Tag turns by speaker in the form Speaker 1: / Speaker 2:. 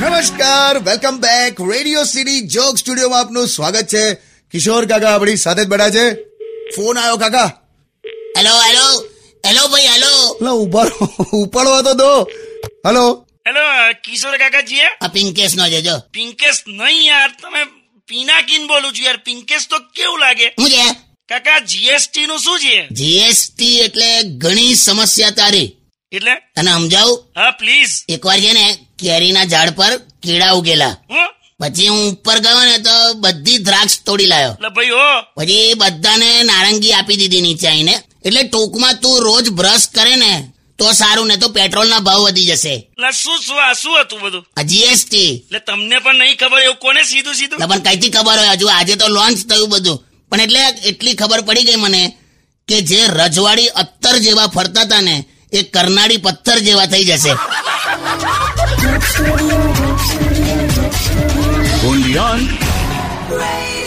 Speaker 1: નમસ્કાર welcome back radio city joke સ્ટુડિયોમાં આપનું સ્વાગત છે કિશોર કાકા આપણી સાથે જ બેઠા છે ફોન આવ્યો કાકા
Speaker 2: હેલો હેલો હેલો ભાઈ હેલો
Speaker 1: લો ઉભા રહો, ઉપાડવા તો દો હલો
Speaker 3: હેલો અ, કિશોર કાકાજી
Speaker 2: આ પિંકેશ નો જજો
Speaker 3: પિંકેશ નહીં યાર તમે પિનાકીન બોલું છું યાર પિંકેશ તો કેવું લાગે
Speaker 2: હું છે
Speaker 3: કાકા જીએસટી નું શું છે
Speaker 2: જીએસટી એટલે ઘણી સમસ્યા તારી
Speaker 3: એટલે
Speaker 2: તને સમજાવું
Speaker 3: હા પ્લીઝ
Speaker 2: એકવાર છે ને કેરીના ઝાડ પર કીડા ઉગેલા
Speaker 3: હું
Speaker 2: પછી હું ઉપર ગયો ને તો બધી દ્રાક્ષ તોડી લાયો
Speaker 3: એટલે ભાઈ હો
Speaker 2: પછી બધાને નારંગી આપી દીધી નીચે આઈને એટલે ટૂંકમાં તું રોજ બ્રશ કરે ને તો સારું ને તો પેટ્રોલના ભાવ વધી જશે
Speaker 3: એટલે શું શું આ શું હતું બધું
Speaker 2: આ જીએસટી
Speaker 3: એટલે તમને પણ નહીં ખબર એવું કોને સીધું સીધું
Speaker 2: પણ કઈથી ખબર હોય હજુ આજે તો લોન્ચ થયું બધું પણ એટલે એટલી ખબર પડી ગઈ મને કે જે રજવાડી અત્તર જેવા ફરતા હતા ને એ કરનાળી પથ્થર જેવા થઈ જશે
Speaker 4: only on
Speaker 5: Radio